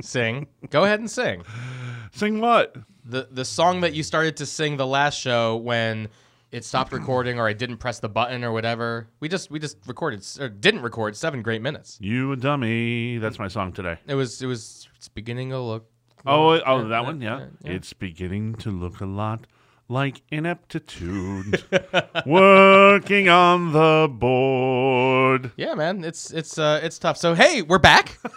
sing. Go ahead and sing Sing what? the the song that you started to sing the last show when it stopped recording or I didn't press the button or whatever. We just we just recorded s- or didn't record seven great minutes. You a dummy. That's my song today. It was it was it's beginning to look. Oh, it- oh, that one. Yeah. It's beginning to look a lot like ineptitude. Working on the board. Yeah, man, it's it's uh it's tough. So hey, we're back.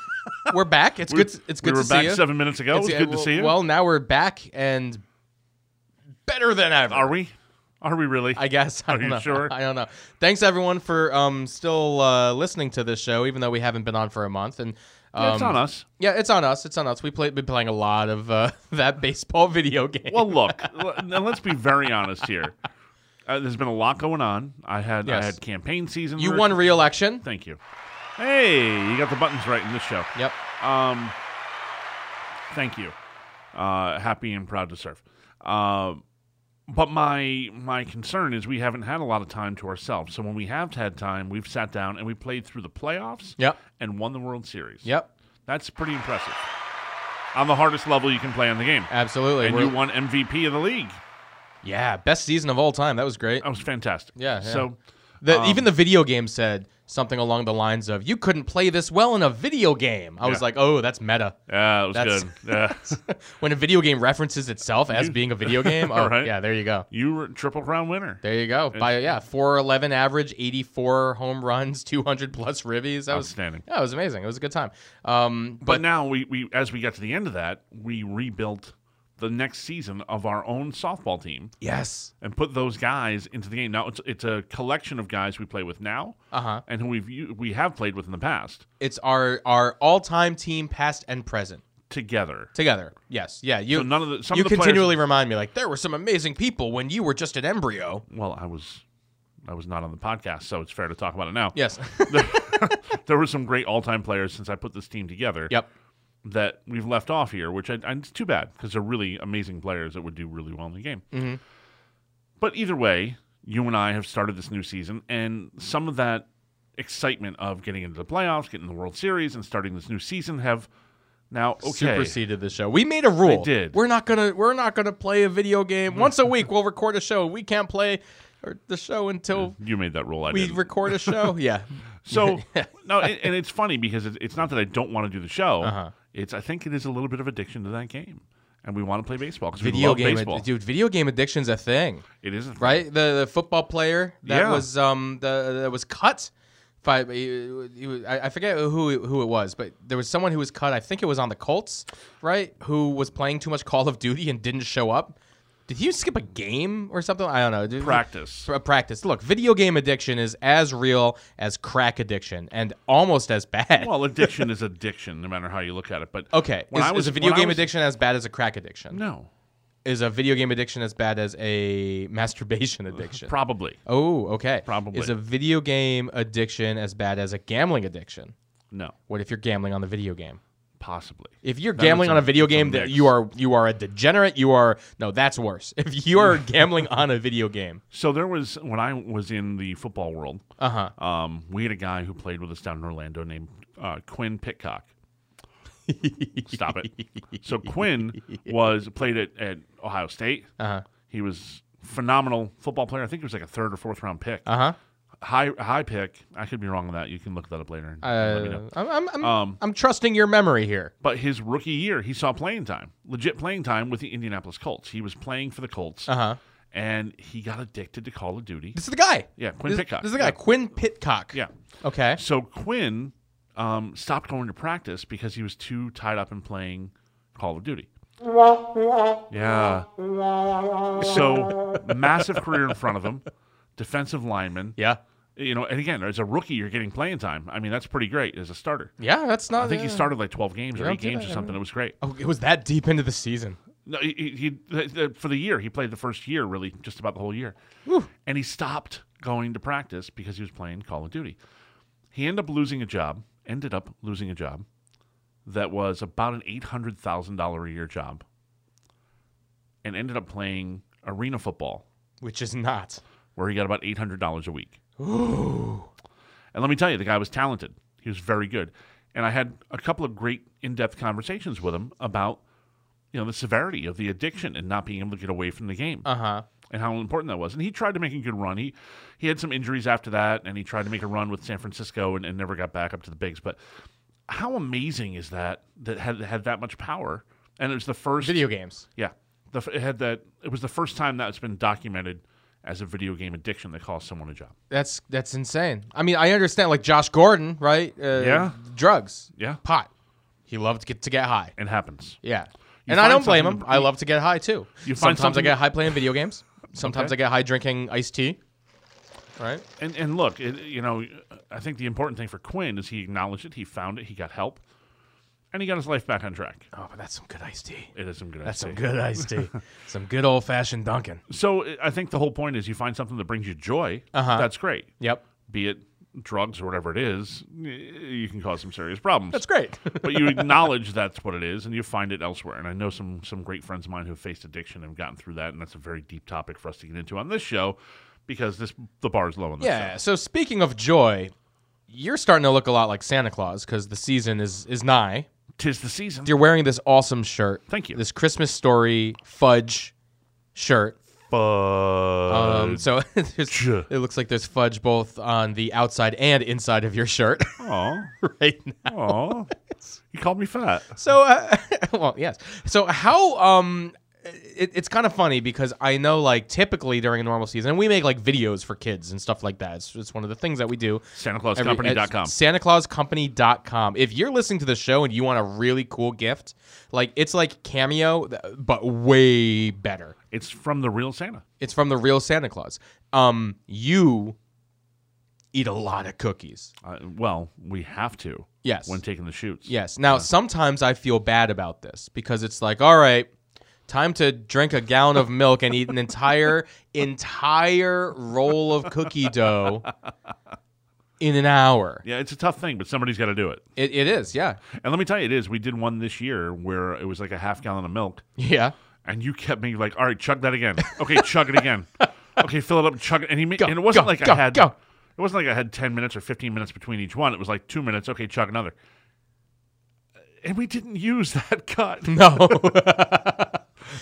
We're back. It's good. It's good we were to back see you. seven minutes ago. It's- it was uh, good well, to see you. Well, now we're back and better than ever. are we? Are we really? I guess. I Are don't you know. sure? I don't know. Thanks everyone for um still uh, listening to this show, even though we haven't been on for a month. And um, it's on us. Yeah, it's on us. It's on us. We play, been playing a lot of uh, that baseball video game. Well, look, l- now let's be very honest here. Uh, there's been a lot going on. I had I Yes. had campaign season. you list. won re-election. Thank you. Hey, you got the buttons right in this show. Yep. Um, thank you. Uh, happy and proud to serve. Um, but my my concern is we haven't had a lot of time to ourselves. So when we have had time, we've sat down and we played through the playoffs. Yep. And won the World Series. Yep. That's pretty impressive. On the hardest level you can play on the game. Absolutely. And We're- you won MVP of the league. yeah, best season of all time. That was great. That was fantastic. Yeah, yeah. So The, um, even the video game said something along the lines of, "You couldn't play this well in a video game." I was Yeah. like, "Oh, that's meta." yeah, it was That's- good. Yeah. When a video game references itself as being a video game, oh Right. yeah, there you go. you were a triple crown winner. There you go. By yeah, four eleven average, eighty four home runs, two hundred plus ribbies. That was Outstanding. Yeah, it was amazing. It was a good time. Um, But now we, we as we got to the end of that, we rebuilt the next season of our own softball team yes, and put those guys into the game. Now it's it's a collection of guys we play with now, Uh-huh. and who we've u- we have played with in the past It's our our all time team, past and present, together. together. Yes, yeah. You So none of the- some you of the players- continually remind me like there were some amazing people when you were just an embryo. Well, I was I was not on the podcast, so it's fair to talk about it now. Yes. there were some great all time players since I put this team together. yep. that we've left off here, which I, I, it's too bad because they're really amazing players that would do really well in the game. Mm-hmm. But either way, you and I have started this new season, and some of that excitement of getting into the playoffs, getting the World Series, and starting this new season have now okay. Superseded the show. We made a rule. I did. Mm. We're not gonna we're not gonna play a video game once a week. We'll record a show. We can't play or the show until You made that rule. I we did. record a show. Yeah. so no, and, and it's funny because it's, it's not that I don't want to do the show. Uh-huh. It's I think it is a little bit of addiction to that game, and we want to play baseball because we Video love game, baseball. ad- dude. Video game addiction's a thing. it isn't right? The, the football player that Yeah. was um the that was cut. By, he- he was- I I forget who who it was, but there was someone who was cut. I think it was on the Colts, right? Who was playing too much Call of Duty and didn't show up. Did he skip a game or something? I don't know. Did- practice. pra- practice. Look, video game addiction is as real as crack addiction, and almost as bad. Well, addiction is addiction, no matter how you look at it. But okay, when is, I was is a video when I game was- addiction as bad as a crack addiction? No, Is a video game addiction as bad as a masturbation addiction? probably Oh, okay. Probably. Is a video game addiction as bad as a gambling addiction? no, What if you're gambling on the video game? possibly. If you're Then gambling it's on a video it's game, that mix. you are you are a degenerate. You are no, that's worse. If you are gambling on a video game, So there was when I was in the football world. uh huh. Um, we had a guy who played with us down in Orlando named uh, Quinn Pitcock. Stop it. So Quinn was played at, at Ohio State. Uh-huh. He was phenomenal football player. I think he was like a third or fourth round pick. Uh huh. High high pick. I could be wrong on that. You can look that up later. and Uh, let me know. I'm I'm, I'm, Um, I'm trusting your memory here. But his rookie year, he saw playing time, legit playing time with the Indianapolis Colts. He was playing for the Colts, Uh huh. and he got addicted to Call of Duty. This is the guy. Yeah, Quinn this, Pitcock. This is the guy, Yeah. Quinn Pitcock. Yeah. Okay. So Quinn um, stopped going to practice because he was too tied up in playing Call of Duty. Yeah. So massive career in front of him, defensive lineman. Yeah. You know, and again, as a rookie, you're getting playing time. I mean, that's pretty great as a starter. Yeah. That's not. I think he yeah. started like 12 games or don't eight do games that or something. It was great. Oh, it was that deep into the season. No, he, he, he th- th- for the year he played the first year really just about the whole year, and he stopped going to practice because he was playing Call of Duty. He ended up losing a job. Ended up losing a job that was about an eight hundred thousand dollar a year job, and ended up playing arena football Which is not. where he got about Uh-huh. eight hundred dollars a week. And let me tell you, the guy was talented. He was very good. And I had a couple of great in-depth conversations with him about, you know, the severity of the addiction and not being able to get away from the game Uh huh. and how important that was. And he tried to make a good run. He he had some injuries after that, and he tried to make a run with San Francisco and, and never got back up to the bigs. But how amazing is that? That had had that much power, and it was the first Video games. yeah, the, f- it had that. It was the first time that's been documented as a video game addiction that cost someone a job. That's that's insane. I mean, I understand like Josh Gordon, right? Uh, Yeah. Drugs. Yeah. Pot. He loved to get to get high. It happens. Yeah. You and I find don't blame him. something to- I love to get high too. You find Sometimes I something- get high playing video games. Sometimes Okay. I get high drinking iced tea. Right. And and look, it, you know, I think the important thing for Quinn is he acknowledged it, he found it, he got help, and he got his life back on track. Oh, but that's some good iced tea. It is some good. That's ideas. some good iced tea. some good old fashioned Dunkin'. So I- I think the whole point is you find something that brings you joy. Uh-huh. That's great. Yep. Be it drugs or whatever it is, y- you can cause some serious problems. That's great. but you acknowledge that's what it is, and you find it elsewhere. And I know some some great friends of mine who have faced addiction and gotten through that, and that's a very deep topic for us to get into on this show because this the bar is low on this. yeah. So speaking of joy, you're starting to look a lot like Santa Claus because the season is is nigh. show. tis the season. You're wearing this awesome shirt. Thank you. This Christmas story fudge shirt. Fudge. Um, so there's- Sure. it looks like there's fudge both on the outside and inside of your shirt Aw, right now. aw. You called me fat. So, uh, well, yes. So how? Um, it, it's kind of funny because I know, like, typically during a normal season, and we make like videos for kids and stuff like that. It's, it's one of the things that we do. Every- at SantaClausCompany.com. SantaClausCompany.com. If you're listening to the show and you want a really cool gift, like it's like Cameo, th- but way better. It's from the real Santa. It's from the real Santa Claus. Um, you eat a lot of cookies. Uh, well, we have to. Yes. When taking the shoots. Yes. Now, sometimes I feel bad about this because it's like, all right, time to drink a gallon of milk and eat an entire entire roll of cookie dough in an hour. Yeah, it's a tough thing, but somebody's got to do it. It, it is, yeah, And let me tell you, it is. We did one this year where it was like a half gallon of milk, yeah. and you kept me like, "All right, chug that again. Okay, chug it again. Okay, fill it up, and chug it." And he made, Go, and it wasn't go, like go, I had. go. It wasn't like I had ten minutes or fifteen minutes between each one. It was like two minutes. Okay, chug another. And we didn't use that cut. No.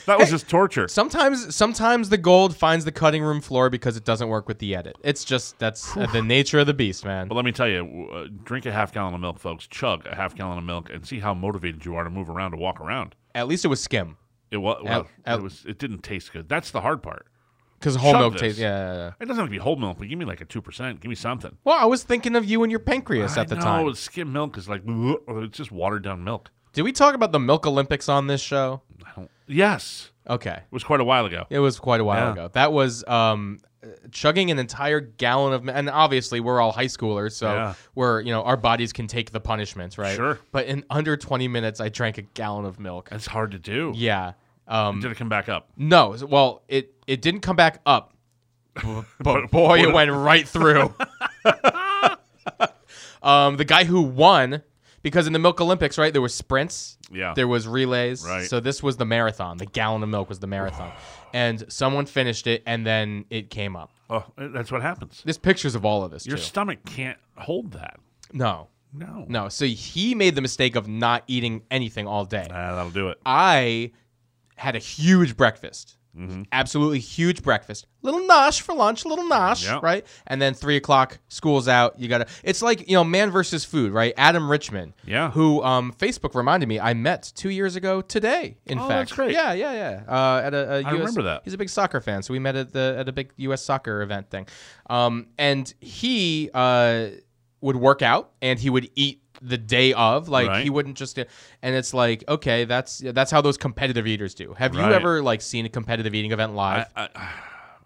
That was just torture. sometimes, sometimes the gold finds the cutting room floor because it doesn't work with the edit. It's just that's the nature of the beast, man. But let me tell you, w- uh, drink a half gallon of milk, folks. Chug a half gallon of milk, and see how motivated you are to move around to walk around. At least it was skim It was. Well, Out- out- it was. It didn't taste good. That's the hard part. because whole Chug milk this. tastes. Yeah, yeah, yeah. It doesn't have to be whole milk, but give me like a two percent. Give me something. Well, I was thinking of you and your pancreas at the I know, time. skim milk is like "Ugh," it's just watered down milk. Did we talk about the milk Olympics on this show? I don't. Yes, Okay. it was quite a while ago. It was quite a while Yeah. ago. That was um, uh, chugging an entire gallon of, and obviously we're all high schoolers, so Yeah. we're you know our bodies can take the punishments, right? Sure. But in under twenty minutes, I drank a gallon of milk. That's hard to do. Yeah. Um, Did it come back up? no. s- Well, it it didn't come back up, b- but boy, it went right through. um, the guy who won. Because in the Milk Olympics, right, there were sprints, Yeah. there was relays, Right. so this was the marathon. The gallon of milk was the marathon, and someone finished it, and then it came up. Oh, that's what happens. There's pictures of all of this. Your too. stomach can't hold that. no, No. no. So he made the mistake of not eating anything all day. Ah, that'll do it. I had a huge breakfast. Mm-hmm. Absolutely huge breakfast. Little nosh for lunch, little nosh, Yeah. right? And then three o'clock, school's out. You gotta. It's like you know, man versus food, right? Adam Richman, Yeah. who um, Facebook reminded me I met two years ago today. In Oh, fact, that's great. Yeah, yeah, yeah. Uh, at a, a US, remember that. He's a big soccer fan, so we met at the at a big U.S. soccer event thing. Um, and he uh would work out and he would eat the day of, like Right. he wouldn't just. And it's like, okay, that's that's how those competitive eaters do. Have Right. you ever like seen a competitive eating event live? I, I,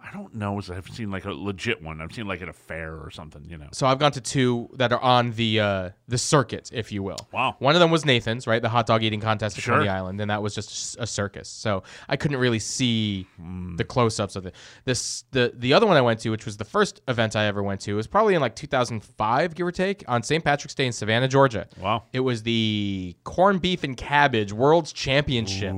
I don't know. as I've seen like a legit one. I've seen like at a fair or something. You know. so I've gone to two that are on the uh, the circuit, if you will. Wow. One of them was Nathan's, right? The hot dog eating contest at Sure. Coney Island, and that was just s- a circus. So I couldn't really see Hmm. the close ups of it. This the the other one I went to, which was the first event I ever went to, was probably in like 2005, give or take, on St. Patrick's Day in Savannah, Georgia. Wow. It was the corned beef and cabbage world's championship.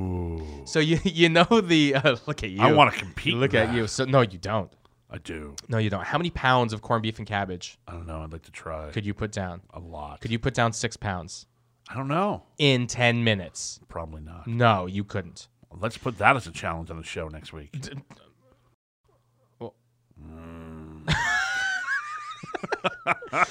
So you you know the uh, look at you. I want to compete. look in at that. you. So no, you don't. I do. No, you don't. How many pounds of corned beef and cabbage I don't know. I'd like to try could you put down? a lot. Could you put down six pounds I don't know. in 10 minutes? Probably not. No, you couldn't. Let's put that as a challenge on the show next week.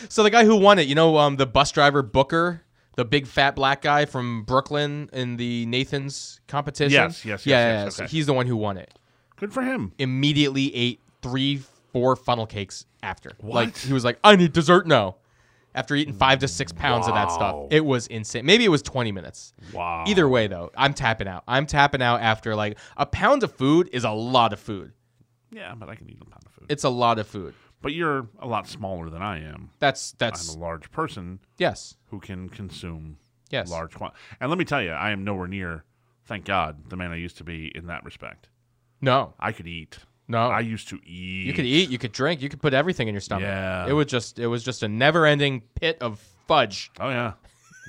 So the guy who won it, you know, um, the bus driver Booker, the big fat black guy from Brooklyn in the Nathan's competition. Yes, yes, yes, yeah, yes, yeah, so okay. he's the one who won it. Good for him. Immediately ate three, four funnel cakes after. Like What? he was like, I need dessert now. After eating five to six pounds of that stuff, Wow. it was insane. Maybe it was twenty minutes. Wow. Either way, though, I'm tapping out. I'm tapping out after like a pound of food is a lot of food. Yeah, but I can eat a pound of food. It's a lot of food. But you're a lot smaller than I am. That's I'm that's a large person yes, who can consume yes. large quantities. And let me tell you, I am nowhere near, thank God, the man I used to be in that respect. No, I could eat. no. I used to eat. Oh. You could eat, you could drink, you could put everything in your stomach. Yeah. It was just it was just a never-ending pit of fudge. Oh yeah,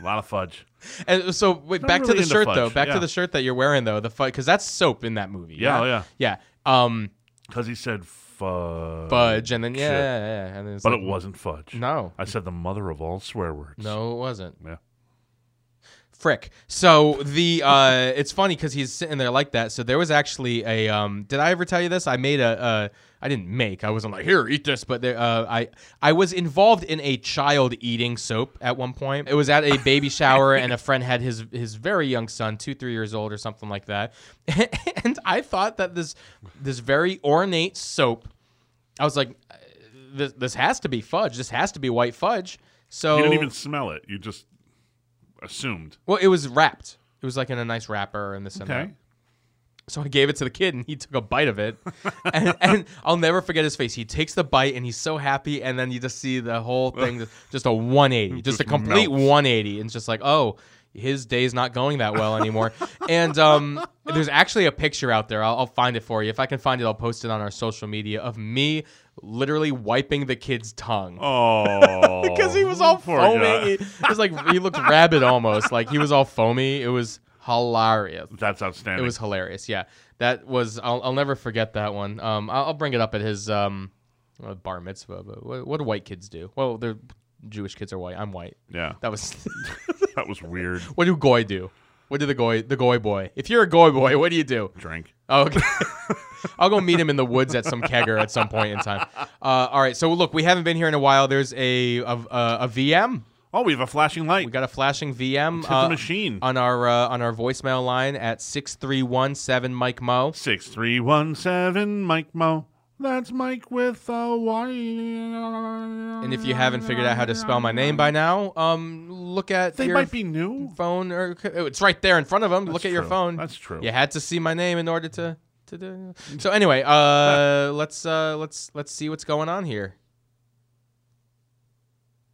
a lot of fudge. And so wait, back really to the into shirt fudge, though. Back yeah. to the shirt that you're wearing though, the fudge cuz that's soap in that movie. Yeah, oh, yeah. Yeah. Um Because he said fudge, fudge and then yeah, Sure. yeah, yeah, and then it's but like, it wasn't fudge. No. I said the mother of all swear words. No, it wasn't. Yeah. Frick. So the uh it's funny cuz he's sitting there like that. So there was actually a um did I ever tell you this? I made a uh I didn't make. I wasn't like, "Here, eat this." But there, uh, I I was involved in a child eating soap at one point. It was at a baby shower and a friend had his his very young son, 2-3 years old or something like that. And I thought that this this very ornate soap I was like this this has to be fudge. This has to be white fudge. So You didn't even smell it. You just assumed. well, it was wrapped. It was like in a nice wrapper and this and that. Okay. So I gave it to the kid, and he took a bite of it, and, and I'll never forget his face. He takes the bite, and he's so happy, and then you just see the whole thing, just a 180, just a Just complete melts. 180, and it's just like, oh, his day's not going that well anymore. and um, there's actually a picture out there. I'll, I'll find it for you if I can find it. I'll post it on our social media of me literally wiping the kid's tongue Oh. because he was all poor guy. foaming. He, it was like he looked rabid almost. Like he was all foamy. It was hilarious. That's It outstanding. was hilarious. Yeah, that was. I'll, I'll never forget that one. Um, I'll, I'll bring it up at his um, uh, bar mitzvah. But what, what do white kids do? Well, the Jewish kids are white. I'm white. yeah. That was. That was weird. what do goy do? What do the goy the goy boy? If you're a goy boy, what do you do? Drink. Oh, okay. I'll go meet him in the woods at some kegger at some point in time. Uh, all right. So look, we haven't been here in a while. There's a a, a, a VM. Oh, we have a flashing light. We got a flashing VM Hit uh, the machine. on our uh, on our voicemail line at six three one seven Mike Mo. Six three one seven Mike Mo. That's Mike with a Y. And if you haven't figured out how to spell my name by now, um, look at they your might be new. phone or oh, it's right there in front of them. look at your true. phone. That's true. You had to see my name in order to to do. So anyway, uh, let's uh, let's let's see what's going on here.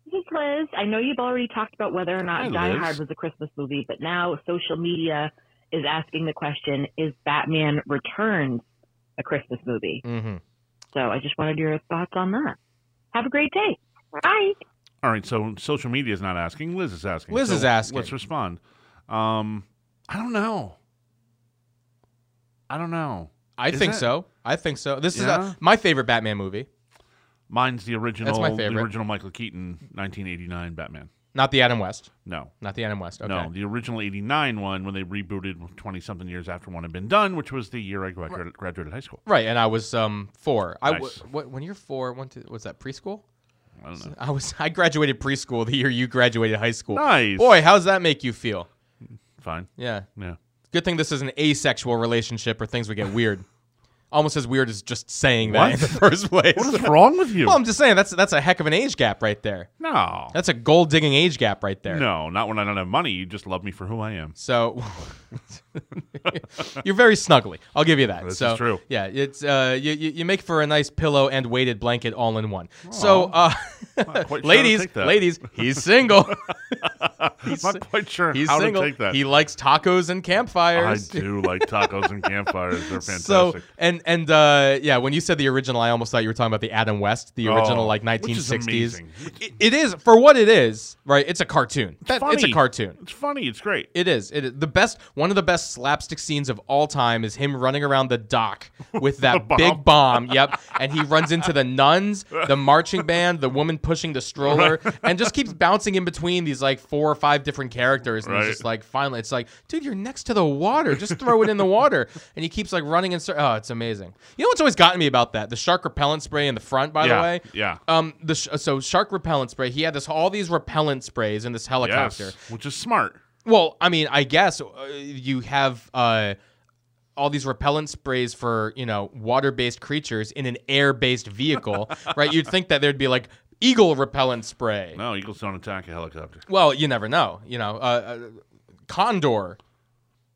This is Liz. I know you've already talked about whether or not Hi, Die Liz. Hard was a Christmas movie, but now social media is asking the question is Batman Returns a Christmas movie? Mm-hmm. So I just wanted your thoughts on that. Have a great day. Bye. All right, so social media is not asking. Liz is asking. Liz So is asking. Let's respond. Um, I don't know. I don't know. I Is think that- so. I think so. This is Yeah? uh my favorite Batman movie, Mine's the original. That's my The favorite. original Michael Keaton, 1989 Batman. not the Adam West, No, not the Adam West. Okay. no, the original '89 one when they rebooted 20 something years after one had been done, which was the year I graduated, graduated high school. Right, and I was um four. I w- Nice. what when you're four, one to was that preschool? I don't know. I was I graduated preschool the year you graduated high school. Nice. Boy, how's that make you feel? Fine. Yeah. Yeah. Good thing this is an asexual relationship or things would get weird. Almost as weird as just saying that in What? the first place. What is wrong with you? well, I'm just saying that's that's a heck of an age gap right there. no. That's a gold digging age gap right there. No, not when I don't have money. You just love me for who I am. So you're very snuggly. I'll give you that. This is so true. Yeah, it's uh, you, you you make for a nice pillow and weighted blanket all in one. So uh, Not quite sure how to ladies, take that. ladies, he's single. I'm not quite sure He's how single. to take that. He likes tacos and I campfires. do like tacos and campfires. They're fantastic. So and and uh, yeah, when you said the original, I almost thought you were talking about the Adam West, the original Oh, like which is 1960s. amazing. It- it is for what it is, right? It's a cartoon. That- It's a funny. cartoon. It's funny. It's great. It is. It is the best. One of the best slapstick scenes of all time is him running around the dock with that bomb. big bomb. Yep. And he runs into the nuns, the marching band, the woman pushing the stroller, and just keeps bouncing in between these like four or five different characters. And Right. he's just like, finally, it's like, dude, you're next to the water. Just throw it in the water. And he keeps like running and. Sir- oh, it's amazing. You know what's always gotten me about that? The shark repellent spray in the front, by Yeah, the way. yeah. Um, the sh- so shark repellent spray. He had this all these repellent sprays in this helicopter. Yes, which is smart. Well, I mean, I guess uh, you have uh, all these repellent sprays for you know water-based creatures in an air-based vehicle, right? You'd think that there'd be like eagle repellent spray. No, eagles don't attack a helicopter. Well, you never know. You know, uh, uh, condor,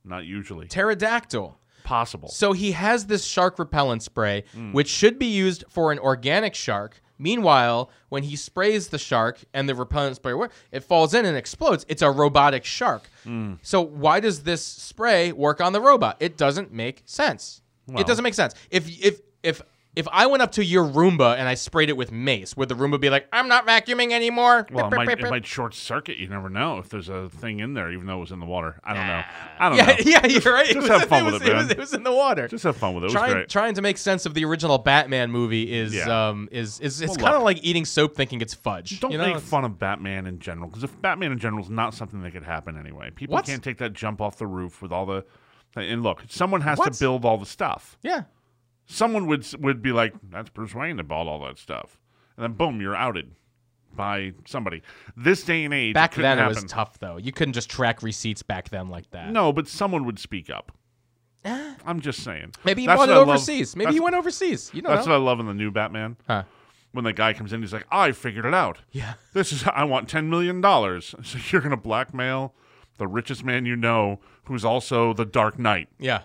Not usually. pterodactyl. Possible. So he has this shark repellent spray, Hmm. which should be used for an organic shark. Meanwhile, when he sprays the shark and the repellent spray, wor- it falls in and explodes. It's a robotic shark. Hmm. So why does this spray work on the robot? It doesn't make sense. it doesn't make sense. If if if if I went up to your Roomba and I sprayed it with mace, would the Roomba be like, "I'm not vacuuming anymore"? Well, it Beep, might, beep, it beep, might short circuit. You never know if there's a thing in there, even though it was in the water. I don't know. I don't know. beep." yeah, yeah, you're right. It just was- have fun it with was- it, it was- man. it was in the water. Just have fun with it. It was trying great. trying to make sense of the original Batman movie is Yeah. um is is it's Well, kind of look. like eating soap thinking it's fudge. Don't you know? make fun of Batman in general, because if Batman in general is not something that could happen anyway, people What? can't take that jump off the roof with all the. And look, someone has What? to build all the stuff. Yeah. Someone would s- would be like, "That's Bruce Wayne that bought all that stuff," and then boom, you're outed by somebody. This day and age, Back couldn't then happen. it was tough though. You couldn't just track receipts back then like that. No, but someone would speak up. I'm just saying. Maybe he That's bought it what I love- overseas. Maybe he that's- went overseas. You don't That's know. what I love in the new Batman. Huh. When the guy comes in, he's like, "I figured it out. Yeah. This is I want ten million dollars. So you're gonna blackmail the richest man you know, who's also the Dark Knight. Yeah.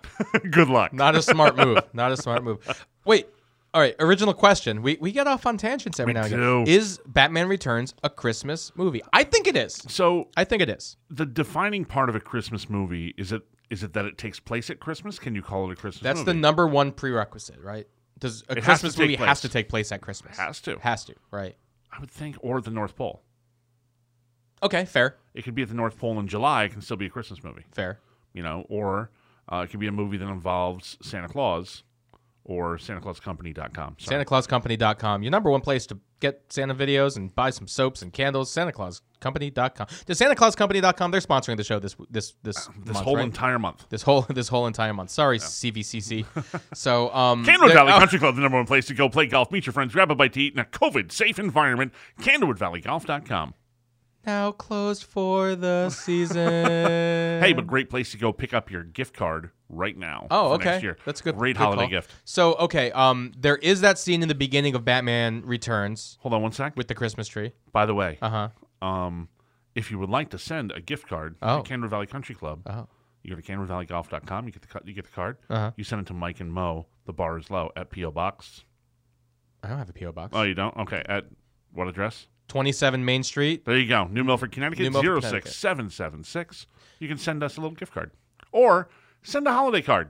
Good luck. Not a smart move. Not a smart move. Wait. All right, original question. We, we get off on tangents every now and again. do. Is Batman Returns a Christmas movie? I think it is. so I think it is. the defining part of a Christmas movie is it is it that it takes place at Christmas? Can you call it a Christmas? That's the movie? number one prerequisite, right? Does a It has to Christmas take movie has place. to take place at Christmas? Has to. Has to, right? I would think, or the North Pole. Okay, fair, It could be at the North Pole in July. It can still be a Christmas movie. fair. you know, or uh, it could be a movie that involves Santa Claus or SantaClausCompany.com. Sorry. SantaClausCompany.com, your number one place to get Santa videos and buy some soaps and candles. SantaClausCompany.com. Does SantaClausCompany.com? They're sponsoring the show this this this this month, whole right? entire month. this whole this whole entire month. Sorry, CVCC. so um, Candlewood they're- Valley oh, Country Club, the number one place to go play golf, meet your friends, grab a bite to eat in a COVID safe environment. CandlewoodValleyGolf.com. now closed for the season. Hey, but great place to go pick up your gift card right now. Oh, for okay. Next year. That's a good. Great good holiday call. gift. So, okay, um, there is that scene in the beginning of Batman Returns Hold on one sec. with the Christmas tree. By the way, Uh huh. um, if you would like to send a gift card Oh. to Candlewood Valley Country Club, Oh. you go to CandlewoodValleyGolf.com. You get the cu- you get the card. Uh-huh. You send it to Mike and Mo. The bar is low at PO Box I don't have a PO box. Oh, you don't? Okay. At what address? 27 Main Street. There you go. New Milford, Connecticut, New Milford, 06776. You can send us a little gift card or send a holiday card.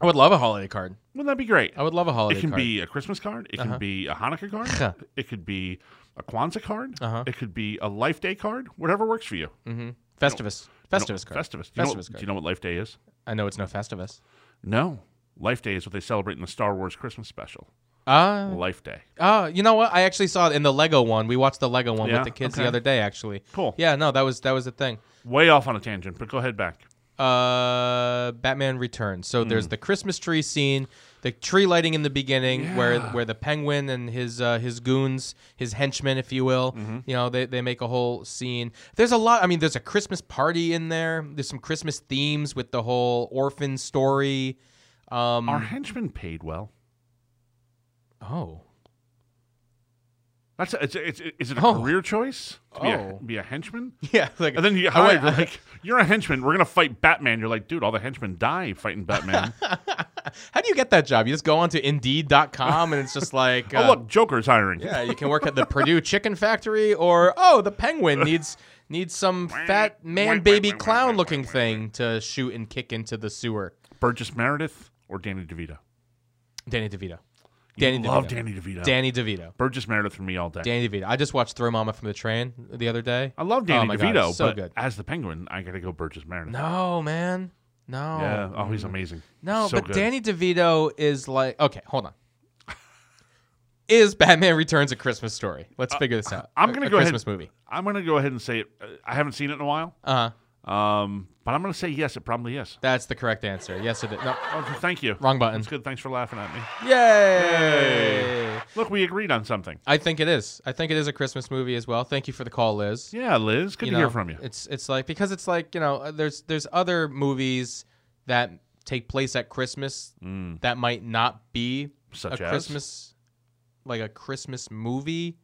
I would love a holiday card. Wouldn't that be great? I would love a holiday It can card. Uh-huh. be a Christmas card. It can be a Hanukkah card. it could be a Kwanzaa card. Uh-huh. It could be a Life Day card. Whatever works for you. hmm Festivus. You know- Festivus card. Festivus. Do you, know, Festivus what- card. do you know what Life Day is? I know it's no Festivus. No. Life Day is what they celebrate in the Star Wars Christmas special. Uh, Life Day. uh, you know what? I actually saw it in the Lego one. We watched the Lego one Yeah, with the kids the okay. other day, actually. Cool. Yeah, no, that was that was the thing. Way off on a tangent, but go ahead back. Uh, Batman Returns. So Hmm. there's the Christmas tree scene, the tree lighting in the beginning, where where the Penguin and his uh, his goons, his henchmen, if you will, Mm-hmm. you know, they, they make a whole scene. There's a lot. I mean, there's a Christmas party in there. There's some Christmas themes with the whole orphan story. Um, Are henchmen paid well? oh, That's a, it's, a- it's, is it a Oh. career choice to be, Oh. a, be a henchman? yeah. Like, And then you, I how went- you're like, you're a henchman. We're gonna fight Batman. You're like, dude, all the henchmen die fighting Batman. how do you get that job? You just go onto Indeed.com and it's just like, oh uh, look, Joker's hiring. Yeah, you can work at the Purdue Chicken Factory, or oh, the Penguin needs needs some fat man baby clown looking thing to shoot and kick into the sewer. Burgess Meredith or Danny DeVito. Danny DeVito. You Danny love DeVito. Danny DeVito. Danny DeVito. Burgess Meredith for me all day. Danny DeVito. I just watched Throw Mama from the Train the other day. I love Oh Danny my God, DeVito, so but good. as the Penguin, I gotta go Burgess Meredith. No man, No. Yeah. Oh, he's amazing. No, So but good. Danny DeVito is like okay, hold on. is Batman Returns a Christmas story? Let's figure this out. Uh, I'm A- gonna a go ahead- Christmas movie. I'm gonna go ahead and say it. Uh, I haven't seen it in a while, Uh huh. um, but I'm gonna say yes. It probably is. That's the correct answer. Yes, it is. No, Oh, thank you. wrong button. That's good. Thanks for laughing at me. Yay! Look, we agreed on something. I think it is. I think it is a Christmas movie as well. Thank you for the call, Liz. Yeah, Liz. Good you to know, hear from you. It's it's like because it's like you know uh, there's there's other movies that take place at Christmas Mm, that might not be such a as Christmas like a Christmas movie.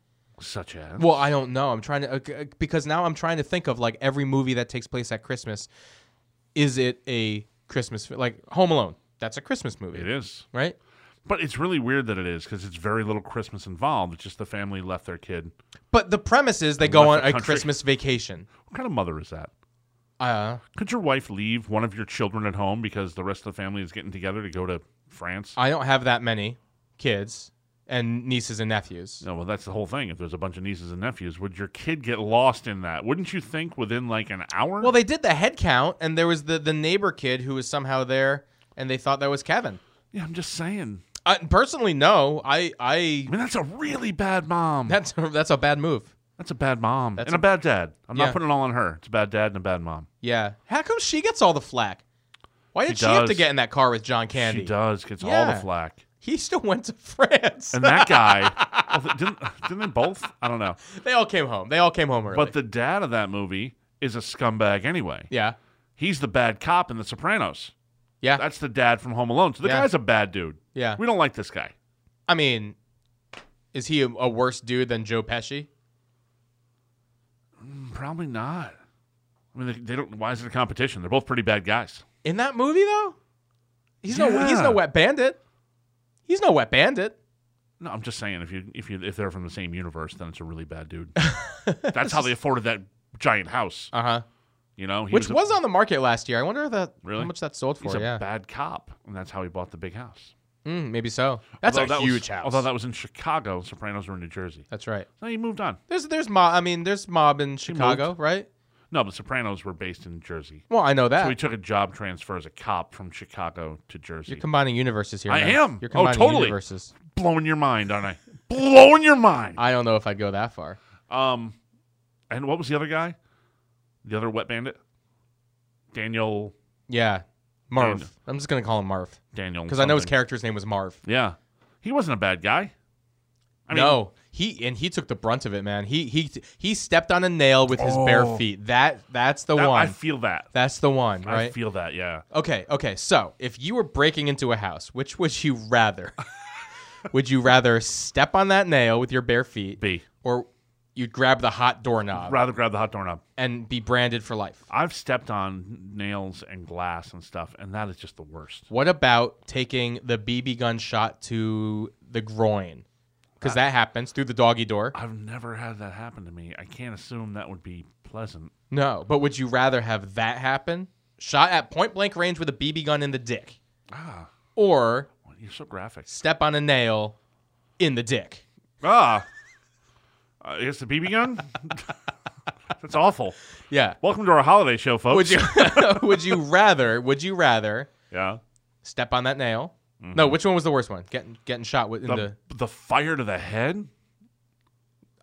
Such as. Well, I don't know. I'm trying to uh, because now I'm trying to think of like every movie that takes place at Christmas. Is it a Christmas fi- like Home Alone? That's a Christmas movie, it is. right? But it's really weird that it is because it's very little Christmas involved. It's just the family left their kid. But the premise is they go left on the a country. Christmas vacation. What kind of mother is that? Uh, Could your wife leave one of your children at home because the rest of the family is getting together to go to France? I don't have that many kids and nieces and nephews. No, well, that's the whole thing. If there's a bunch of nieces and nephews, would your kid get lost in that? Wouldn't you think within like an hour? Well, they did the head count, and there was the the neighbor kid who was somehow there, and they thought that was Kevin. yeah, I'm just saying. I, personally, no. I I I mean, that's a really bad mom. that's that's a bad move. that's a bad mom That's and a, a- bad dad. I'm Yeah. not putting it all on her. It's a bad dad and a bad mom. Yeah. How come she gets all the flack? Why did She she, have to does. get in that car with John Candy? She does gets all the Yeah. flack. He still went to France. And that guy well, th- didn't didn't they both? I don't know. they all came home. They all came home early. But the dad of that movie is a scumbag anyway. yeah. He's the bad cop in The Sopranos. Yeah. That's the dad from Home Alone. So the Yeah. guy's a bad dude. Yeah. We don't like this guy. I mean, is he a, a worse dude than Joe Pesci? Mm, Probably not. I mean, they, they don't. Why is it a competition? They're both pretty bad guys. In that movie though? He's no he's Yeah. no wet bandit. He's no wet bandit. No, I'm just saying if you if you if they're from the same universe, then it's a really bad dude. That's how they afforded that giant house. Uh-huh. You know, he Which a- was, on the market last year. I wonder if that Really? how much that sold he's for. a Yeah. bad cop, and that's how he bought the big house. Mm, maybe so. That's Although a that was- huge house. Although that was in Chicago, Sopranos were in New Jersey. That's right. No, he moved on. There's there's mob I mean, there's mob in Chicago, right? No, but Sopranos were based in Jersey. Well, I know that. So he took a job transfer as a cop from Chicago to Jersey. You're combining universes here. I man. am. You're Oh, combining totally. universes. blowing your mind, aren't I? blowing your mind. I don't know if I'd go that far. Um, and what was the other guy? The other wet bandit, Daniel. Yeah, Marv. Dude. I'm just gonna call him Marv Daniel. because I know his something. character's name was Marv. Yeah, he wasn't a bad guy. I mean, no, he and he took the brunt of it, man. He he he stepped on a nail with his bare Oh. feet. That that's the that- one. I feel that. that's the one, I right? feel that. Yeah. okay, okay. So if you were breaking into a house, which would you rather? would you rather step on that nail with your bare feet, B. or you'd grab the hot doorknob Rather grab the hot doorknob. and be branded for life? I've stepped on nails and glass and stuff, and that is just the worst. What about taking the BB gun shot to the groin? Because that happens through the doggy door. I've never had that happen to me. I can't assume that would be pleasant. No, but would you rather have that happen? Shot at point blank range with a BB gun in the dick, Ah, or you're so graphic. step on a nail in the dick? Ah, uh, I guess the BB gun. That's awful. Yeah. Welcome to our holiday show, folks. Would you would you rather would you rather Yeah. step on that nail? No, which one was the worst one? Getting getting shot with in Mm-hmm. The, the, the fire to the head?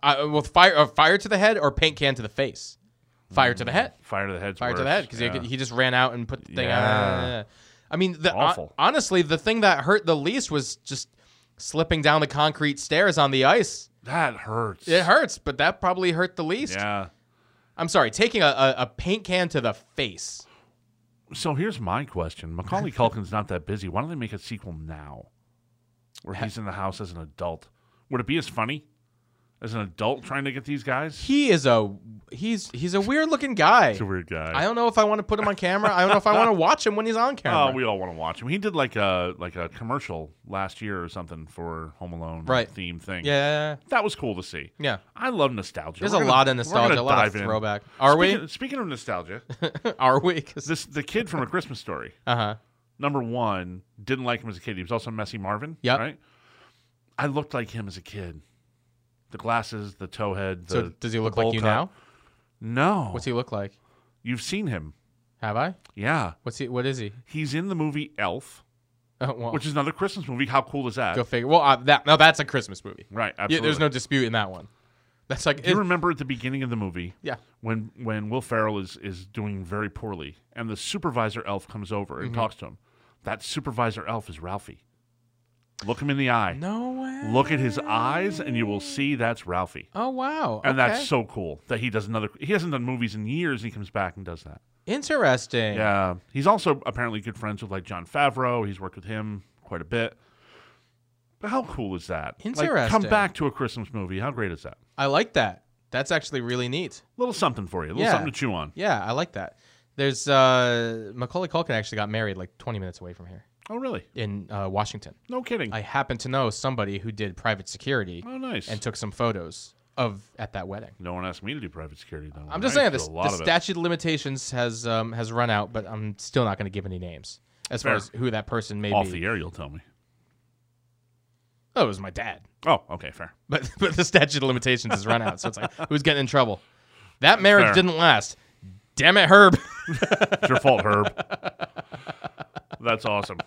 uh, well fire uh, fire to the head or paint can to the face? Fire to the head. Fire to the head's fire to the worse. head because yeah. he, just ran out and put the thing Yeah. on. I mean, the, hon- Awful. honestly, the thing that hurt the least was just slipping down the concrete stairs on the ice. that hurts. It hurts, but that probably hurt the least. Yeah. I'm sorry, taking a, a, a paint can to the face. So here's my question. Macaulay Culkin's not that busy. Why don't they make a sequel now? Where he's in the house as an adult. Would it be as funny as an adult trying to get these guys? He is a he's he's a weird looking guy. He's a weird guy. I don't know if I want to put him on camera. I don't know if I want to watch him when he's on Oh, camera. we all want to watch him. He did like a like a commercial last year or something for Home Alone Right. theme thing. yeah, That was cool to see. yeah. I love nostalgia. There's We're a gonna- lot of we're gonna nostalgia, a lot of dive in. throwback. Are we? Speaking- Speaking of nostalgia, Are we? this the kid from A Christmas Story. Uh huh. Number one, didn't like him as a kid. He was also Messy Marvin. Yep. Right. I looked like him as a kid. The glasses, the toe head. The, So does he the look like bowl you cut. now? No. What's he look like? You've seen him. Have I? Yeah, What's he? What is he? he's in the movie Elf, Oh, well, which is another Christmas movie. How cool is that? go figure. Well, uh, that no, that's a Christmas movie. Right, absolutely. Yeah, there's no dispute in that one. That's like Do you it- remember at the beginning of the movie? Yeah. When when Will Ferrell is is doing very poorly, and the supervisor elf comes over Mm-hmm. and talks to him. That supervisor elf is Ralphie. Look him in the eye. no way. Look at his eyes, and you will see that's Ralphie. Oh wow. And Okay. that's so cool that he does another. He hasn't done movies in years, and he comes back and does that. interesting. Yeah, he's also apparently good friends with like John Favreau. He's worked with him quite a bit. But how cool is that? Like, come Interesting. back to a Christmas movie. How great is that? I like that. That's actually really neat. little something for you. A little Yeah. something to chew on. Yeah, I like that. There's uh, Macaulay Culkin actually got married like 20 minutes away from here Oh, really? in uh, Washington. No kidding. I happen to know somebody who did private security oh, nice. and took some photos of at that wedding. no one asked me to do private security though. I'm just I saying used this, to do the statute of limitations has um, has run out, but I'm still not going to give any names as far Fair. as who that person may it. off be. the air. You'll tell me. Oh, it was my dad, Oh, okay, fair. but but the statute of limitations has run out, so it's like who's getting in trouble? That marriage Fair. didn't last. Damn it, Herb. It's your fault, Herb. That's awesome.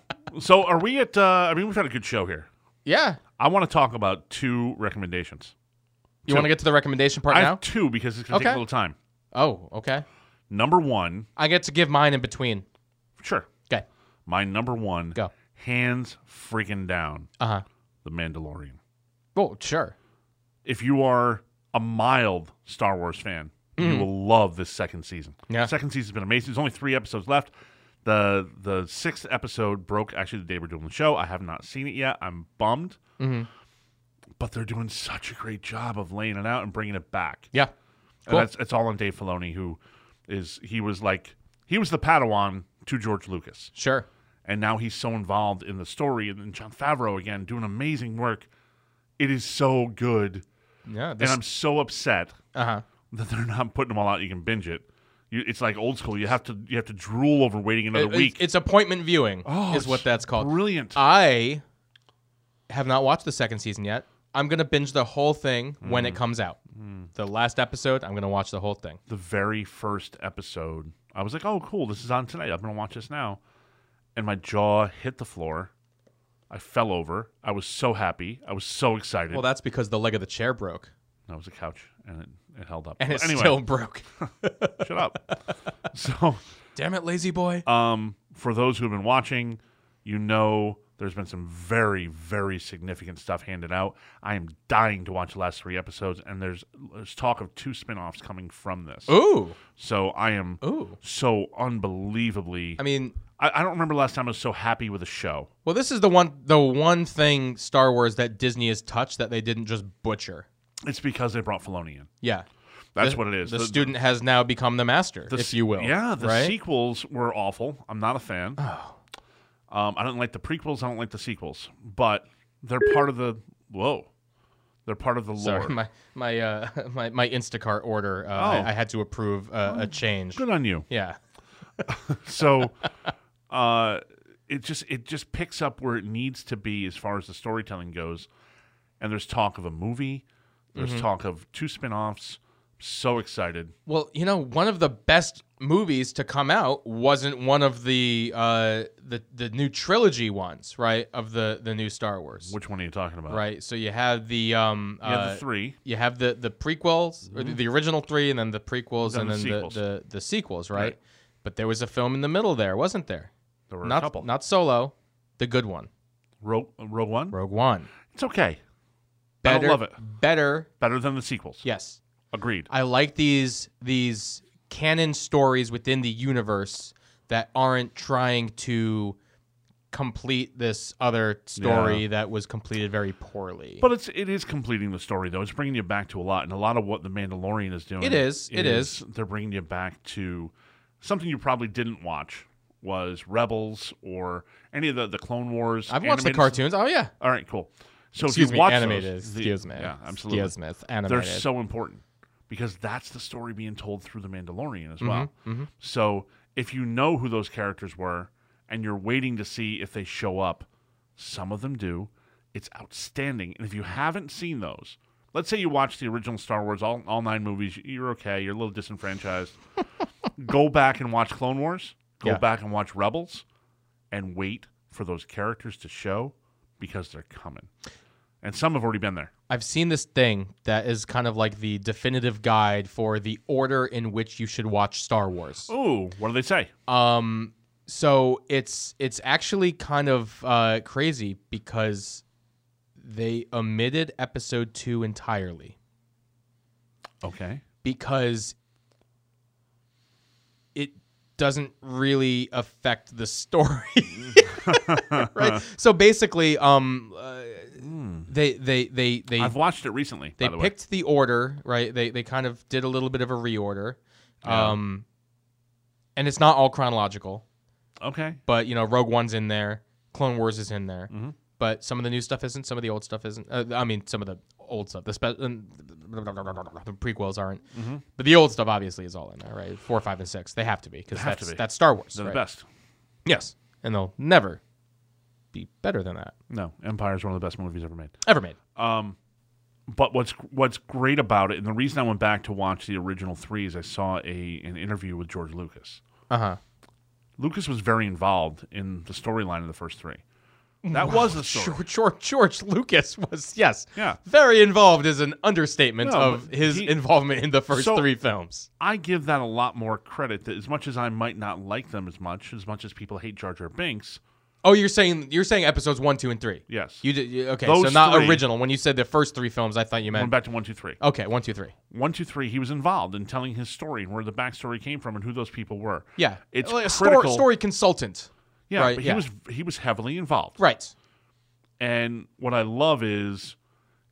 So, are we at? Uh, I mean, we've had a good show here. yeah, I want to talk about two recommendations. you want to get to the recommendation part I now? have two because it's gonna take Okay. a little time. Oh, okay. Number one, I get to give mine in between. sure. Okay. My number one, Go. hands freaking down, Uh huh. The Mandalorian. Well, sure. if you are a mild Star Wars fan, you will love this second season. Mm-hmm. Yeah. Second season's been amazing. There's only three episodes left. The the sixth episode broke actually the day we're doing the show. I have not seen it yet. I'm bummed. Mm-hmm. But they're doing such a great job of laying it out and bringing it back. Yeah. Cool. And that's it's all on Dave Filoni, who is he was like he was the Padawan to George Lucas, Sure. and now he's so involved in the story. And then John Favreau again doing amazing work. It is so good Yeah. and This, I'm so upset uh huh. that they're not putting them all out. You can binge it. You, it's like old school. You have to you have to drool over waiting another week. It's, it's appointment viewing Oh, is what it's that's called. Uh, Brilliant. I have not watched the second season yet. I'm gonna binge the whole thing when Mm. it comes out. The last episode, I'm gonna watch the whole thing. the very first episode, I was like, "Oh, cool! This is on tonight. I'm gonna watch this now." And my jaw hit the floor. I fell over. I was so happy. I was so excited. Well, that's because the leg of the chair broke, that was a couch, and it, it held up. and But it anyway, still broke. shut up. so Damn it, lazy boy. Um, for those who have been watching, you know there's been some very, very significant stuff handed out. I am dying to watch the last three episodes, and there's there's talk of two spin-offs coming from this. Ooh, So I am ooh. so unbelievably. I mean, I, I don't remember last time I was so happy with a show. well, this is the one, the one thing Star Wars that Disney has touched that they didn't just butcher. It's because they brought Filoni in. Yeah, That's The- what it is. The, student has now become the master, the if se- you will. Yeah, the right. Oh. sequels were awful. I'm not a fan. Um, I don't like the prequels. I don't like the sequels, but they're part of the whoa. They're part of the lore. Sorry, my my uh, my my Instacart order. Uh, Oh. I, I had to approve uh, a change. Good on you. Yeah. So, uh, it just it just picks up where it needs to be as far as the storytelling goes. And there's talk of a movie. There's Mm-hmm. talk of two spin-offs. So excited. Well, you know, one of the best movies to come out wasn't one of the uh, the the new trilogy ones, right? Of the the new Star Wars, Which one are you talking about? right? So you have the um, You have uh, the three. you have the the prequels, or the, the original three, and then the prequels, Then and the then the, sequels. the the sequels, right? Right. But there was a film in the middle there, wasn't there? There were a not couple. not Solo, the good one, Rogue, Rogue One. Rogue One. It's okay. I Better, don't love it. Better, Better than the sequels. yes. Agreed. I like these these canon stories within the universe that aren't trying to complete this other story that was completed very poorly. But it's it is completing the story though. It's bringing you back to a lot, and a lot of what the Mandalorian is doing. It is, it They're bringing you back to something you probably didn't watch was Rebels or any of the the Clone Wars. I've watched the animated- cartoons. Oh yeah. All right, cool. So Excuse if you me, watch animated. those, the- excuse me. Yeah, absolutely. Excuse me. it's Animated. They're so important because that's the story being told through the Mm-hmm. Mandalorian as well. So if you know who those characters were and you're waiting to see if they show up, some of them do. It's outstanding. And if you haven't seen those, let's say you watch the original Star Wars, all, all nine movies, you're okay, you're a little disenfranchised. go back and watch Clone Wars, go Yeah. back and watch Rebels, and wait for those characters to show because they're coming. And some have already been there. I've seen this thing that is kind of like the definitive guide for the order in which you should watch Star Wars. Ooh, what do they say? Um, so it's it's actually kind of uh, crazy because they omitted episode two entirely Okay. because it doesn't really affect the story, right? So basically, um, uh, they they they they Hmm. I've watched it recently, they by the way. picked the order right they they kind of did a little bit of a reorder Yeah. um and it's not all chronological Okay. but you know rogue one's in there clone wars is in there Mm-hmm. but some of the new stuff isn't some of the old stuff isn't uh, i mean some of the old stuff the, spe- uh, the prequels aren't Mm-hmm. but the old stuff obviously is all in there right four five and six they have to be because have to that's, be. that's star wars They're right? the best. yes and they'll never be better than that No, Empire is one of the best movies ever made. ever made But what's what's great about it, and the reason I went back to watch the original three is I saw a an interview with George Lucas. uh-huh Lucas was very involved in the storyline of the first three. That was the story. George, George, George Lucas was yes, Yeah. very involved is an understatement No, of but his he- involvement in the first So- three films. I give that a lot more credit. That as much as I might not like them as much, as much as people hate Jar Jar Binks, Oh, you're saying you're saying episodes one, two, and three. yes, You did you, okay? so Those not three- original. When you said the first three films, I thought you going meant back to one, two, three. okay, one, two, three. One, two, three. He was involved in telling his story and where the backstory came from and who those people were. Yeah, it's Like a stor- critical. story consultant. yeah, right, but yeah. he was he was heavily involved. Right, And what I love is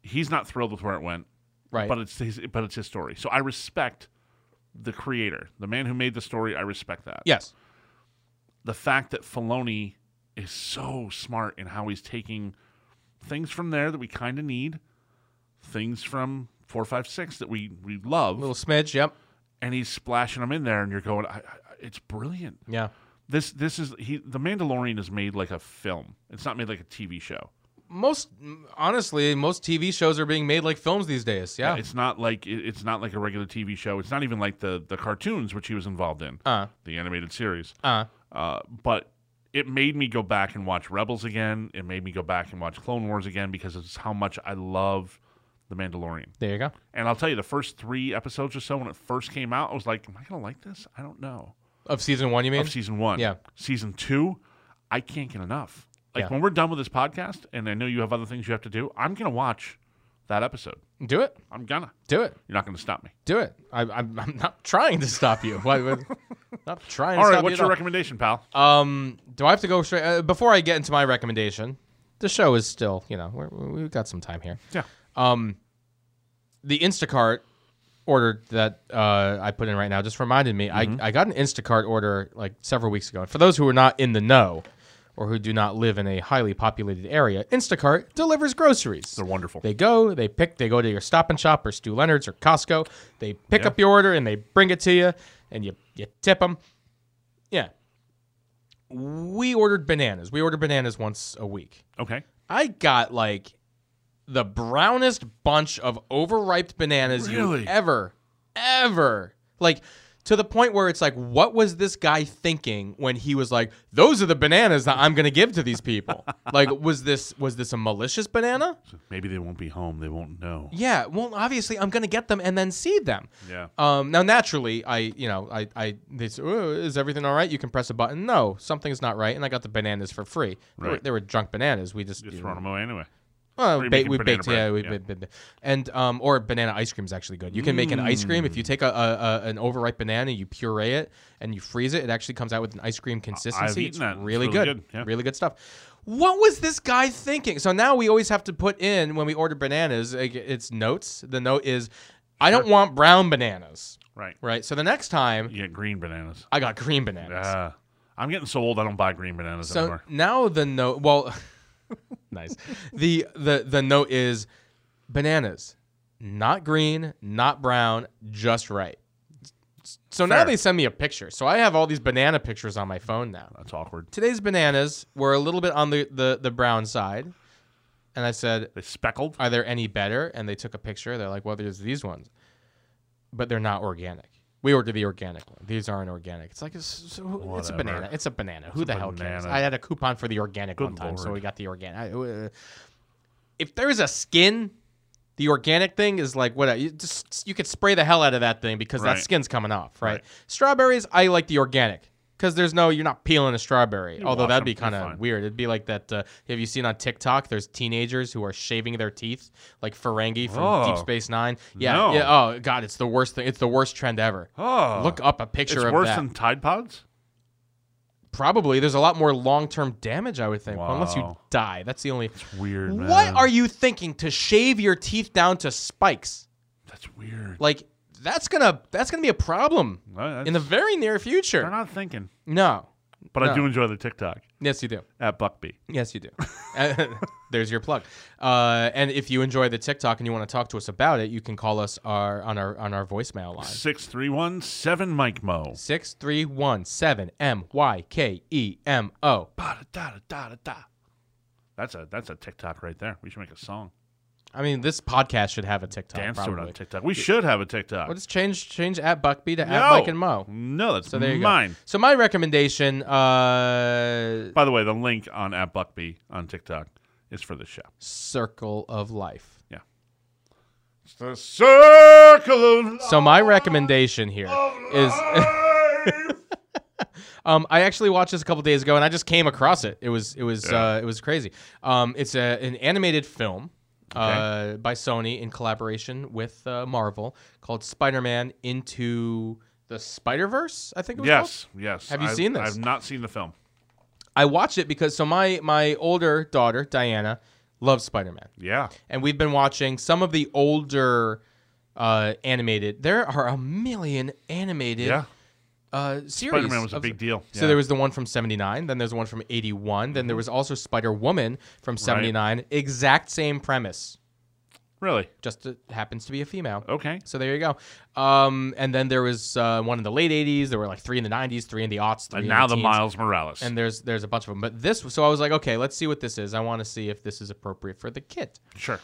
he's not thrilled with where it went, right. but it's his, but it's his story. So I respect the creator, the man who made the story. I respect that. yes, the fact that Filoni is so smart in how he's taking things from there that we kind of need, things from four, five, six that we we love, little smidge. Yep. and he's splashing them in there, and you're going, I, I, it's brilliant. Yeah. This this is he. The Mandalorian is made like a film. It's not made like a TV show. Most honestly, most TV shows are being made like films these days. Yeah. It's not like it- it's not like a regular TV show. It's not even like the the cartoons which he was involved in, Uh. the animated series. Uh. Uh, but it made me go back and watch Rebels again. It made me go back and watch Clone Wars again because it's how much I love The Mandalorian. There you go. And I'll tell you, the first three episodes or so when it first came out, I was like, "Am I gonna like this? I don't know." Of season one, you mean? Of season one, Yeah. Season two, I can't get enough. Like Yeah. when we're done with this podcast, and I know you have other things you have to do, I'm gonna watch that episode. do it. I'm gonna. Do it. You're not gonna stop me. Do it. I, I'm, I'm not trying to stop you. Why would not trying? To All right, stop what's you your at recommendation, pal? all. Um, do I have to go straight uh, before I get into my recommendation? The show is still, you know, we're, we've got some time here. yeah, Um, the Instacart order that uh, I put in right now just reminded me. I, I got an Instacart order like several weeks ago. And for those who are not in the know or who do not live in a highly populated area, Instacart delivers groceries. they're wonderful. They go, they pick, they go to your Stop and Shop or Stu Leonard's or Costco. They pick up your order and they bring it to you, and you you tip them. Yeah. We ordered bananas. We ordered bananas once a week. okay, I got like the brownest bunch of overripe bananas Really? you ever, ever like to the point where it's like, what was this guy thinking when he was like, those are the bananas that I'm gonna give to these people? like, was this was this a malicious banana? maybe they won't be home. They won't know. Yeah, well, obviously, I'm gonna get them and then seed them. Yeah. Um, now, naturally, I, you know, I, I, they say, "Oh, is everything all right? You can press a button. No, something's not right, and I got the bananas for free. They, were, Right. they were drunk bananas. We just, Just throwing them away anyway. well, Or ba- you make we it banana baked, bread, yeah, we yeah. ba- ba- ba- and um, or banana ice cream is actually good. You can make an ice cream if you Mm. take a, a, a an overripe banana, you puree it, and you freeze it. It actually comes out with an ice cream consistency. eaten it's that. It's really, really good, good, yeah. really good stuff. What was this guy thinking? So now we always have to put in when we order bananas, like, it's notes. The note is, I don't want brown bananas, Right. right? So the next time You get green bananas. I got green bananas. Uh, I'm getting so old I don't buy green bananas So anymore. now the note. Well, nice. The the the note is bananas, not green, not brown, just right. So now Fair. they send me a picture. So I have all these banana pictures on my phone now. That's awkward. Today's bananas were a little bit on the the, the brown side, and I said, They speckled. "Are there any better?" And they took a picture. They're like, "Well, there's these ones, but they're not organic." We ordered the organic one. These aren't organic. It's like it's, so- it's a Whatever. banana. It's a banana. Who It's a the hell cares? banana. I had a coupon for the organic one time, so lord. we got the organic. I, uh, if there's a skin, the organic thing is like what you just you could spray the hell out of that thing because that Right. skin's coming off, right? Right. Strawberries, I like the organic because there's no you're not peeling a strawberry. Although wash that'd be them, kind they're of fine. weird. It'd be like that. Uh, have you seen on TikTok? There's teenagers who are shaving their teeth like Ferengi from Oh. Deep Space Nine. Yeah, No. yeah. Oh God, it's the worst thing. It's the worst trend ever. Oh, Look up a picture it's of worse that. than Tide Pods. Probably there's a lot more long-term damage, I would think, unless you Wow. die. That's the only. It's weird. Man. What are you thinking to shave your teeth down to spikes? That's weird. Like that's gonna that's gonna be a problem No, in the that's- very near future. they're not thinking. no. But No. I do enjoy the TikTok Yes, you do. at Buckbee. Yes, you do. Uh, There's your plug. Uh, and if you enjoy the TikTok and you want to talk to us about it, you can call us our, on our on our voicemail line. Six three one seven Mike Mo. Six three one seven M Y K E M O. Ba da da da da da. That's a that's a TikTok right there. We should make a song. I mean, this podcast should have a TikTok. Dance to it on Oh, probably. TikTok. We should have a TikTok. Well, just change change at Buckby to no. at Mike and Mo. No, that's So there you mine. go. So my recommendation. Uh, By the way, the link on at Buckbee on TikTok is for the show. circle of life. It's the circle of So my recommendation here Oh, is life. um I actually watched this a couple days ago and I just came across it. It was it was uh, it was crazy. Um it's a an animated film uh by Sony in collaboration with uh, Marvel called Spider-Man into the Spider-Verse, I think it was called? yes, yes. Have you I've- seen this? I've not seen the film. I watched it because so my my older daughter, Diana, loves Spider-Man. Yeah, and we've been watching some of the older uh, animated. There are a million animated yeah. uh, series. Spider Man was a of- big deal. So there was the one from '79, then there's one from '81, then there Mm-hmm. was also Spider Woman from '79. Exact same premise, really just it happens to be a female. okay. So there you go. Um, and then there was uh, one in the late '80s. There were like three in the '90s, three in the aughts, three And in now the teens. Miles Morales. And there's there's a bunch of them. But this, so I was like, okay, let's see what this is. I want to see if this is appropriate for the kid. sure,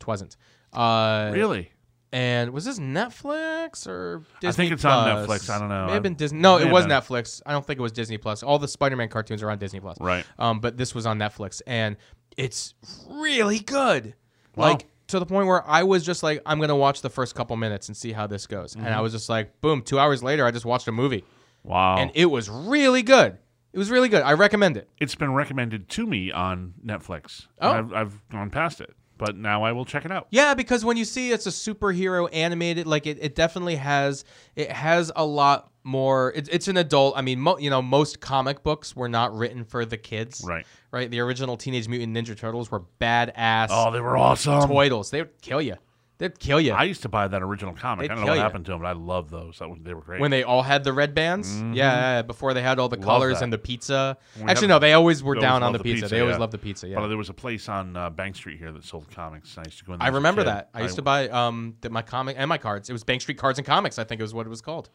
Twasn't. Uh, really. and was this Netflix or Disney? think it's on Plus? Netflix. I don't know. May have been I- Disney. No, may it have was been. Netflix. I don't think it was Disney Plus. All the Spider-Man cartoons are on Disney Plus. Right. Um, but this was on Netflix, and it's really good. Wow. Like to the point where I was just like, I'm gonna watch the first couple minutes and see how this goes. And I was just like, boom. Two hours later, I just watched a movie, Wow. and it was really good. It was really good. I recommend it. it's been recommended to me on Netflix. Oh. I've, I've gone past it, but now I will check it out. Yeah, because when you see it's a superhero animated, like it, it definitely has it has a lot more. It, it's an adult. I mean, mo, you know, most comic books were not written for the kids, Right. Right. The original Teenage Mutant Ninja Turtles were badass Oh, they were awesome. toidles. They would kill you. They'd kill you I used to buy that original comic. They'd I don't know kill what ya. happened to them, but I love those. That was, they were great. when they all had the red bands. Yeah, yeah, yeah, before they had all the colors Mm-hmm. that. and the pizza. We Actually, had- no, they always were they always down on the loved the pizza. pizza, They always yeah. loved the pizza. Yeah. But there was a place on uh, Bank Street here that sold comics. and I used to go in. There I as a remember kid. that. I used to buy um th- my comic and my cards. It was Bank Street Cards and Comics. I think it was what it was called.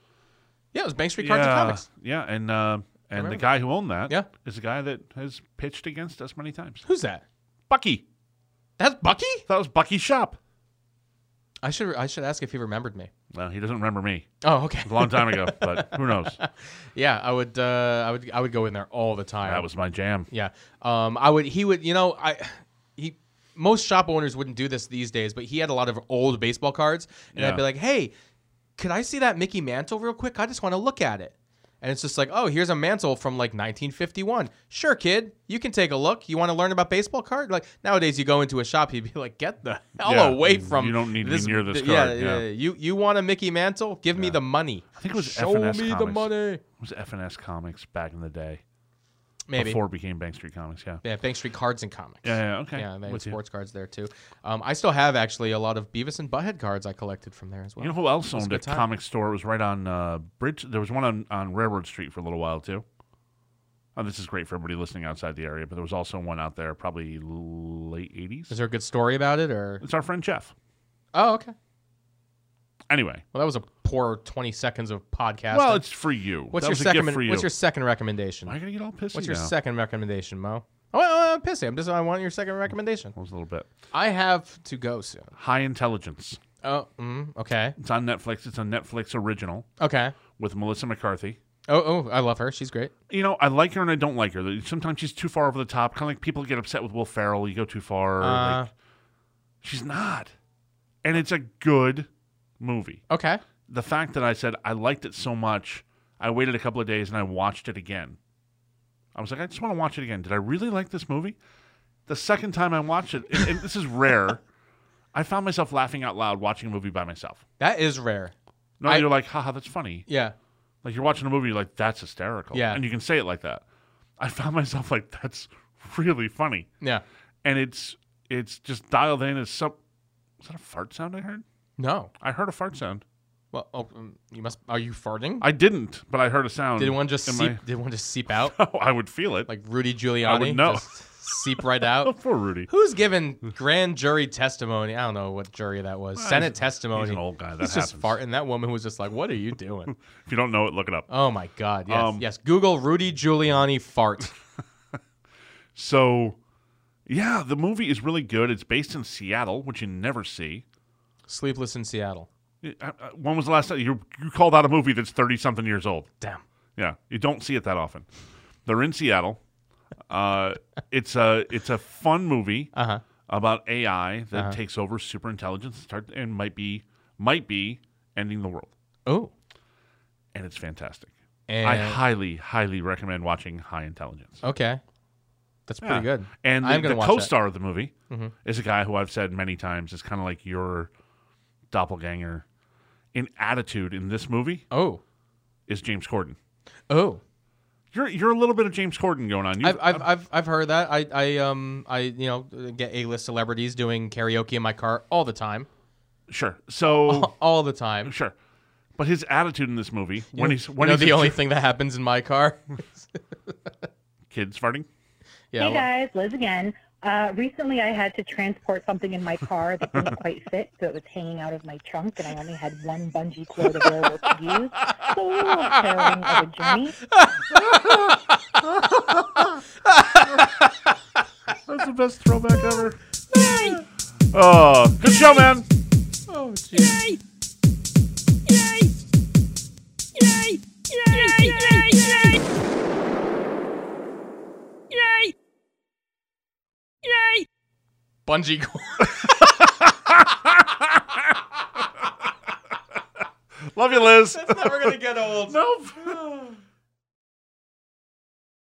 Yeah, it was Bank Street yeah, Cards and Comics. Yeah, and uh, and the remember guy who owned that is Yeah. a guy that has pitched against us many times. Who's that? Bucky. That's Bucky. That was Bucky's shop. I should I should ask if he remembered me. Well, he doesn't remember me. Oh, okay. A long time ago, but who knows? yeah, I would uh, I would I would go in there all the time. That was my jam. yeah. Um, I would he would you know I he most shop owners wouldn't do this these days, but he had a lot of old baseball cards, and Yeah. I'd be like, hey, could I see that Mickey Mantle real quick? I just want to look at it. And it's just like, oh, here's a mantle from like 1951. Sure, kid, you can take a look. You want to learn about baseball card? Like nowadays, you go into a shop, you'd be like, get the hell Yeah, away from. you don't need to be this, near this yeah, card, Yeah, yeah. you you want a Mickey Mantle? Give me the money. I think it was Show FNS me the Comics. money. It was FNS Comics back in the day. Maybe Before it became Bank Street Comics, yeah. yeah, Bank Street Cards and Comics. Yeah, yeah, okay. Yeah, and they had With you. sports cards there too. Um, I still have actually a lot of Beavis and Butthead cards I collected from there as well. You know who else was a owned good a time. comic store? It was right on uh, Bridge. There was one on, on Railroad Street for a little while too. Oh, this is great for everybody listening outside the area, but there was also one out there, probably late eighties. Is there a good story about it or? It's our friend Jeff. Oh, okay. Anyway, Well, that was a poor twenty seconds of podcast. well, it's for you. what's That your was a second? gift for you? What's your second recommendation? Am I gonna get all pissy What's your now? second recommendation, Mo? Oh, well, I'm pissy. I'm just. I want your second recommendation. That was a little bit I have to go soon. high intelligence. Oh, mm, okay, It's on Netflix. It's a Netflix original okay. with Melissa McCarthy. Oh, oh, I love her. She's great. You know, I like her and I don't like her. Sometimes she's too far over the top. Kind of like people get upset with Will Ferrell. You go too far. Uh, like, she's not. And it's a good movie. Uh, Okay, The fact that I said I liked it so much, I waited a couple of days and I watched it again. I was like, I just want to watch it again. Did I really like this movie? The second time I watched it, and, and this is rare, I found myself laughing out loud watching a movie by myself. that is rare. No, I- you're like, haha, that's funny. Yeah, Like you're watching a movie, you're like, that's hysterical. Yeah. And you can say it like that. I found myself like, that's really funny. yeah. And it's it's just dialed in as some was that a fart sound I heard? No. I heard a fart sound. Well, oh, mm, you must. Are you farting? I didn't, but I heard a sound. did one just in seep? my- Did one just seep out Oh, I would feel it. Like like Rudy Giuliani? know. just seep right oh, out. poor Rudy. Who's given grand jury testimony? I don't know what jury that was. Senate he's- testimony. He's an old guy. That Oh, He's happens. just farting. That woman was just like, "What are you doing?" If you don't know it, look it up. Oh my God! Yes, Um, yes. Google Rudy Giuliani fart. So yeah, the movie is really good. It's based in Seattle, which you never see. Sleepless in Seattle. I- I- When was the last time you you called out a movie that's thirty something years old? Damn. Yeah, you don't see it that often. They're in Seattle. Uh, it's a it's a fun movie Uh huh. about AI that Uh-huh. takes over super intelligence and start and might be might be ending the world, Oh. and it's fantastic. And I highly highly recommend watching High Intelligence. okay, that's pretty Yeah. good. And I'm the, gonna the watch that. Mm-hmm. co-star of the movie is a guy who I've said many times is kind of like your doppelganger in attitude in this movie Oh. is James Corden. Oh. You're you're a little bit of James Corden going on. You, I've, I've, I've, I've heard that. I, I, um, I, you know, get A-list celebrities doing karaoke in my car all the time, sure. So all the time. Sure. But his attitude in this movie, when he's Oh. You when know, he's the only ju- thing that happens in my car. kids farting, yeah. hey guys, Liz again. Uh, recently, I had to transport something in my car that didn't quite fit, so it was hanging out of my trunk, and I only had one bungee cord available to use. So a little caring of a journey. that's the best throwback ever. Oh, good show, man. Oh, jeez. Bungee cord. Love you, Liz. Never gonna get old. nope.